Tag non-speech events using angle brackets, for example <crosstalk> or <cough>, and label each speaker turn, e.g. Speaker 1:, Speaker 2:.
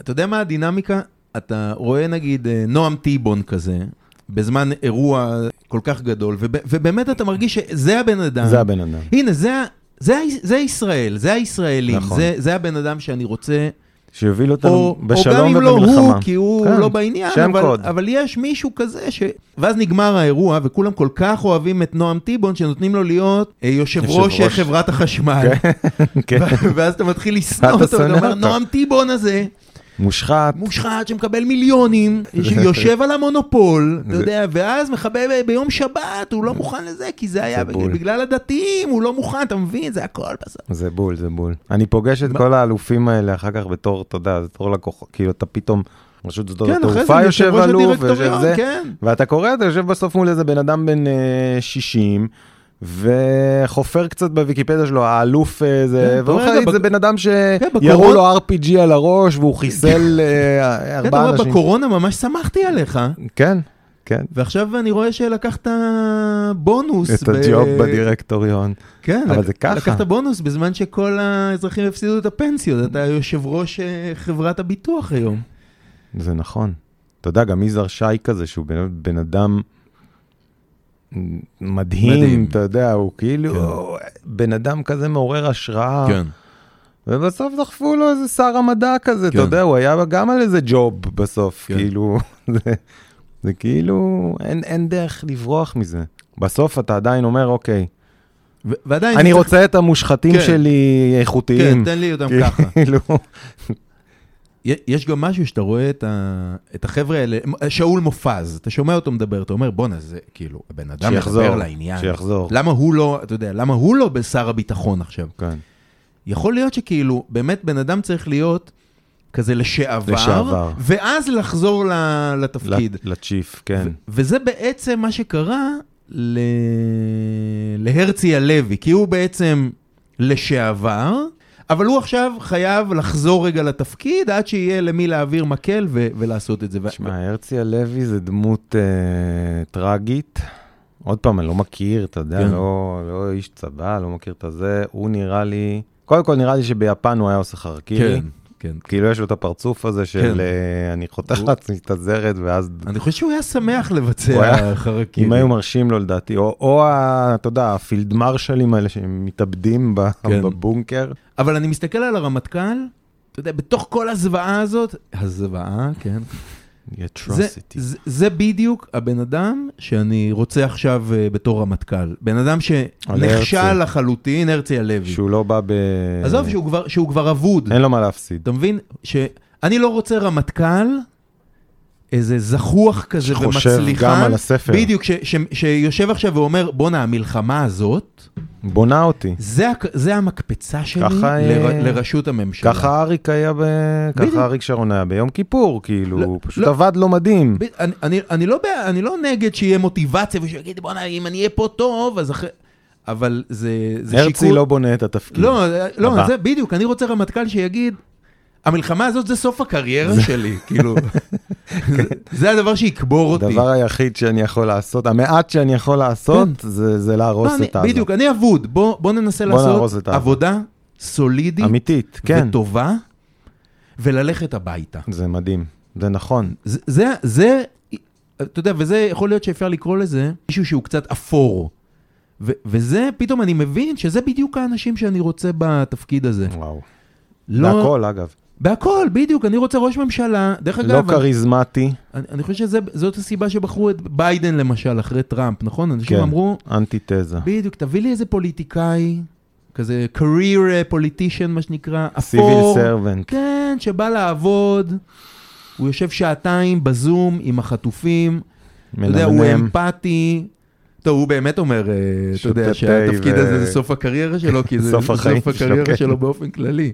Speaker 1: אתה יודע מה הדינמיקה? אתה רואה נגיד אה, נועם טיבון כזה, בזמן אירוע כל כך גדול, וב, ובאמת אתה מרגיש שזה הבן אדם.
Speaker 2: זה הבן אדם.
Speaker 1: הנה, זה, ה- זה, ה- זה ישראל, זה הישראלים,
Speaker 2: נכון.
Speaker 1: זה, זה הבן אדם שאני רוצה,
Speaker 2: שיוביל אותנו
Speaker 1: או, או
Speaker 2: בשלום
Speaker 1: גם אם לא
Speaker 2: ובמלחמה. <laughs>
Speaker 1: הוא, כי הוא
Speaker 2: כן,
Speaker 1: לא בעניין,
Speaker 2: שם
Speaker 1: אבל,
Speaker 2: קוד.
Speaker 1: אבל יש מישהו כזה ש... ואז נגמר האירוע, וכולם כל כך אוהבים את נועם טיבון, שנותנים לו להיות אה, יושב
Speaker 2: יושב
Speaker 1: ראש אה,
Speaker 2: ראש.
Speaker 1: חברת החשמל.
Speaker 2: כן.
Speaker 1: <laughs> ואז אתה מתחיל לשנוא
Speaker 2: אתה
Speaker 1: אותו,
Speaker 2: שונא
Speaker 1: אתה אומר,
Speaker 2: אותו.
Speaker 1: נועם טיבון הזה,
Speaker 2: מושחת.
Speaker 1: מושחת שמקבל
Speaker 2: <laughs>
Speaker 1: מיליונים, שיושב על המונופול, אתה יודע, ואז מחבל ב- ביום שבת, הוא לא מוכן לזה, כי זה היה
Speaker 2: זה בול.
Speaker 1: בגלל הדתיים, הוא לא מוכן, אתה מבין? זה הכל בסדר.
Speaker 2: זה בול, זה בול. אני פוגש את כל האלופים האלה אחר כך בתור, אתה יודע, בתור לקוח, כאילו אתה פתאום, רשות שדות
Speaker 1: כן, אחרי זה
Speaker 2: התעופה
Speaker 1: אני
Speaker 2: יושב
Speaker 1: יושב-ראש
Speaker 2: אלוף, ויושב
Speaker 1: הדירקטוריון,
Speaker 2: זה,
Speaker 1: כן.
Speaker 2: ואתה קורא, אתה יושב בסוף מול איזה בן אדם בן אה, 60. וחופר קצת בוויקיפדיה שלו, האלוף אה, זה,
Speaker 1: כן, אתה
Speaker 2: והוא
Speaker 1: אומר, רגע,
Speaker 2: חייב, זה
Speaker 1: בק- כן,
Speaker 2: בן אדם שירו
Speaker 1: בקורונה-
Speaker 2: לו RPG על הראש והוא
Speaker 1: <laughs>
Speaker 2: חיסל אה,
Speaker 1: כן, אתה
Speaker 2: ארבעה
Speaker 1: רואה,
Speaker 2: אנשים.
Speaker 1: בקורונה ממש שמחתי עליך,
Speaker 2: כן, כן.
Speaker 1: ועכשיו אני רואה שלקחת בונוס.
Speaker 2: את
Speaker 1: ב-
Speaker 2: הג'וב בדירקטוריון.
Speaker 1: כן,
Speaker 2: אבל
Speaker 1: לק-
Speaker 2: זה ככה.
Speaker 1: לקחת בונוס בזמן שכל האזרחים הפסידו את הפנסיות, אתה יושב ראש אה, חברת הביטוח היום.
Speaker 2: זה נכון. אתה יודע, גם יזהר שי כזה, שהוא באמת בן אדם מדהים,
Speaker 1: מדהים. כן.
Speaker 2: אתה יודע, הוא כאילו בן אדם כזה מעורר השראה. ובסוף דחפו לו איזה שר המדע כזה, אתה
Speaker 1: כן.
Speaker 2: יודע, הוא היה גם על איזה ג'וב בסוף,
Speaker 1: כן.
Speaker 2: כאילו, <laughs> זה, זה כאילו, אין, אין דרך לברוח מזה. בסוף אתה עדיין אומר, אוקיי,
Speaker 1: ו- ועדיין...
Speaker 2: אני
Speaker 1: צריך-
Speaker 2: רוצה את המושחתים
Speaker 1: כן.
Speaker 2: שלי
Speaker 1: כן,
Speaker 2: איכותיים.
Speaker 1: תן לי אותם ככה.
Speaker 2: <laughs> כאילו,
Speaker 1: י- יש גם משהו שאתה רואה את, ה... את החבר'ה האלה, שאול מופז, אתה שומע אותו מדבר, אתה אומר, בואנה, זה כאילו, הבן אדם
Speaker 2: שיחזור,
Speaker 1: מדבר לעניין.
Speaker 2: שיחזור.
Speaker 1: למה הוא לא, אתה יודע, למה הוא לא בשר הביטחון עכשיו?
Speaker 2: כן,
Speaker 1: יכול להיות שכאילו, באמת בן אדם צריך להיות כזה לשעבר,
Speaker 2: לשעבר.
Speaker 1: ואז לחזור ל... לתפקיד.
Speaker 2: לת- לצ'יף, כן.
Speaker 1: וזה בעצם מה שקרה ל... להרצי הלוי, כי הוא בעצם לשעבר, אבל הוא עכשיו חייב לחזור רגע לתפקיד עד שיהיה למי להעביר מקל ו... ולעשות את זה. ו-
Speaker 2: תשמע, הרצי הלוי זה דמות אה, טרגית. עוד פעם, אני לא מכיר, אתה יודע,
Speaker 1: כן.
Speaker 2: לא, לא איש צבא, לא מכיר את הזה. הוא נראה לי, קודם כל נראה לי שביפן הוא היה עושה חרקירי.
Speaker 1: כן, כן.
Speaker 2: כאילו יש לו את הפרצוף הזה של
Speaker 1: כן.
Speaker 2: אה, אני חותך
Speaker 1: הוא-
Speaker 2: לעצמי את הזרת, ואז
Speaker 1: אני חושב שהוא היה שמח לבצע
Speaker 2: הוא היה-
Speaker 1: חרקים.
Speaker 2: אם היו מרשים לו לדעתי, או, או ה- אתה יודע, הפילד מרשלים האלה שהם מתאבדים ב-
Speaker 1: כן.
Speaker 2: בבונקר.
Speaker 1: אבל אני מסתכל על הרמטכ"ל, אתה יודע, בתוך כל הזוועה הזאת, הזוועה, כן, זה,
Speaker 2: Atrocity.
Speaker 1: זה, זה בדיוק הבן אדם שאני רוצה עכשיו אה, בתור רמטכ"ל. בן אדם שנכשל
Speaker 2: הרצי.
Speaker 1: לחלוטין, הרצי הלוי.
Speaker 2: שהוא לא בא ב...
Speaker 1: עזוב שהוא כבר, שהוא כבר אבוד.
Speaker 2: אין לו מה להפסיד.
Speaker 1: אתה מבין? שאני לא רוצה רמטכ"ל, איזה זחוח כזה
Speaker 2: שחושב
Speaker 1: ומצליחן.
Speaker 2: גם על הספר.
Speaker 1: בדיוק, ש, ש, שיושב עכשיו ואומר, בואנה, המלחמה הזאת,
Speaker 2: בונה אותי.
Speaker 1: זה, הק- זה המקפצה שלי
Speaker 2: ככה, אה,
Speaker 1: לר, לראשות הממשלה.
Speaker 2: ככה אריק היה ב...
Speaker 1: בדיוק.
Speaker 2: ככה אריק שרון היה ביום כיפור, כאילו,
Speaker 1: לא,
Speaker 2: הוא פשוט
Speaker 1: לא.
Speaker 2: עבד לו מדהים.
Speaker 1: ב- אני, אני, אני, לא, בע- אני לא נגד שיהיה מוטיבציה ושיגיד בואנה אם אני אהיה פה טוב אז אחרי... אבל זה, זה
Speaker 2: הרצי לא בונה את התפקיד.
Speaker 1: לא,
Speaker 2: הבא.
Speaker 1: לא, זה בדיוק, אני רוצה רמטכ"ל שיגיד, המלחמה הזאת זה סוף הקריירה שלי,
Speaker 2: <laughs>
Speaker 1: כאילו, זה- זה הדבר שיקבור אותי.
Speaker 2: כן.
Speaker 1: לא,
Speaker 2: הדבר היחיד שאני יכול לעשות, המעט שאני יכול לעשות, זה זה
Speaker 1: לא,
Speaker 2: להרוס
Speaker 1: אני-
Speaker 2: את עזה.
Speaker 1: בדיוק, אני אבוד, בוא בוא ננסה
Speaker 2: בוא נהרוס
Speaker 1: לעשות
Speaker 2: את עזה.
Speaker 1: עבודה סולידית
Speaker 2: אמיתית, כן.
Speaker 1: וטובה, וללכת הביתה.
Speaker 2: זה מדהים, זה נכון.
Speaker 1: זה- זה, זה, אתה יודע, וזה יכול להיות שאפשר לקרוא לזה מישהו שהוא קצת אפור. ו- וזה, פתאום אני מבין שזה בדיוק האנשים שאני רוצה בתפקיד הזה.
Speaker 2: וואו.
Speaker 1: לא,
Speaker 2: הכל, אגב.
Speaker 1: בהכל, בדיוק, אני רוצה ראש ממשלה. דרך אגב,
Speaker 2: לא
Speaker 1: אני-
Speaker 2: כריזמטי,
Speaker 1: אני, אני חושב שזאת הסיבה שבחרו את ביידן למשל, אחרי טראמפ, נכון? אנשים
Speaker 2: כן.
Speaker 1: אמרו,
Speaker 2: אנטיתזה.
Speaker 1: בדיוק, תביא לי איזה פוליטיקאי, כזה career אה, politician, מה שנקרא,
Speaker 2: סיביל
Speaker 1: אפור.
Speaker 2: סרבנט.
Speaker 1: כן, שבא לעבוד, הוא יושב שעתיים בזום עם החטופים, אתה יודע, הוא
Speaker 2: מנמנם.
Speaker 1: אמפתי. טוב, הוא באמת אומר, אה, אתה
Speaker 2: שותה
Speaker 1: יודע,
Speaker 2: תה
Speaker 1: שהתפקיד
Speaker 2: ו-
Speaker 1: הזה זה סוף הקריירה שלו, כי זה
Speaker 2: <laughs> סוף
Speaker 1: סוף
Speaker 2: החיים שלו,
Speaker 1: הקריירה
Speaker 2: כן.
Speaker 1: שלו באופן כללי.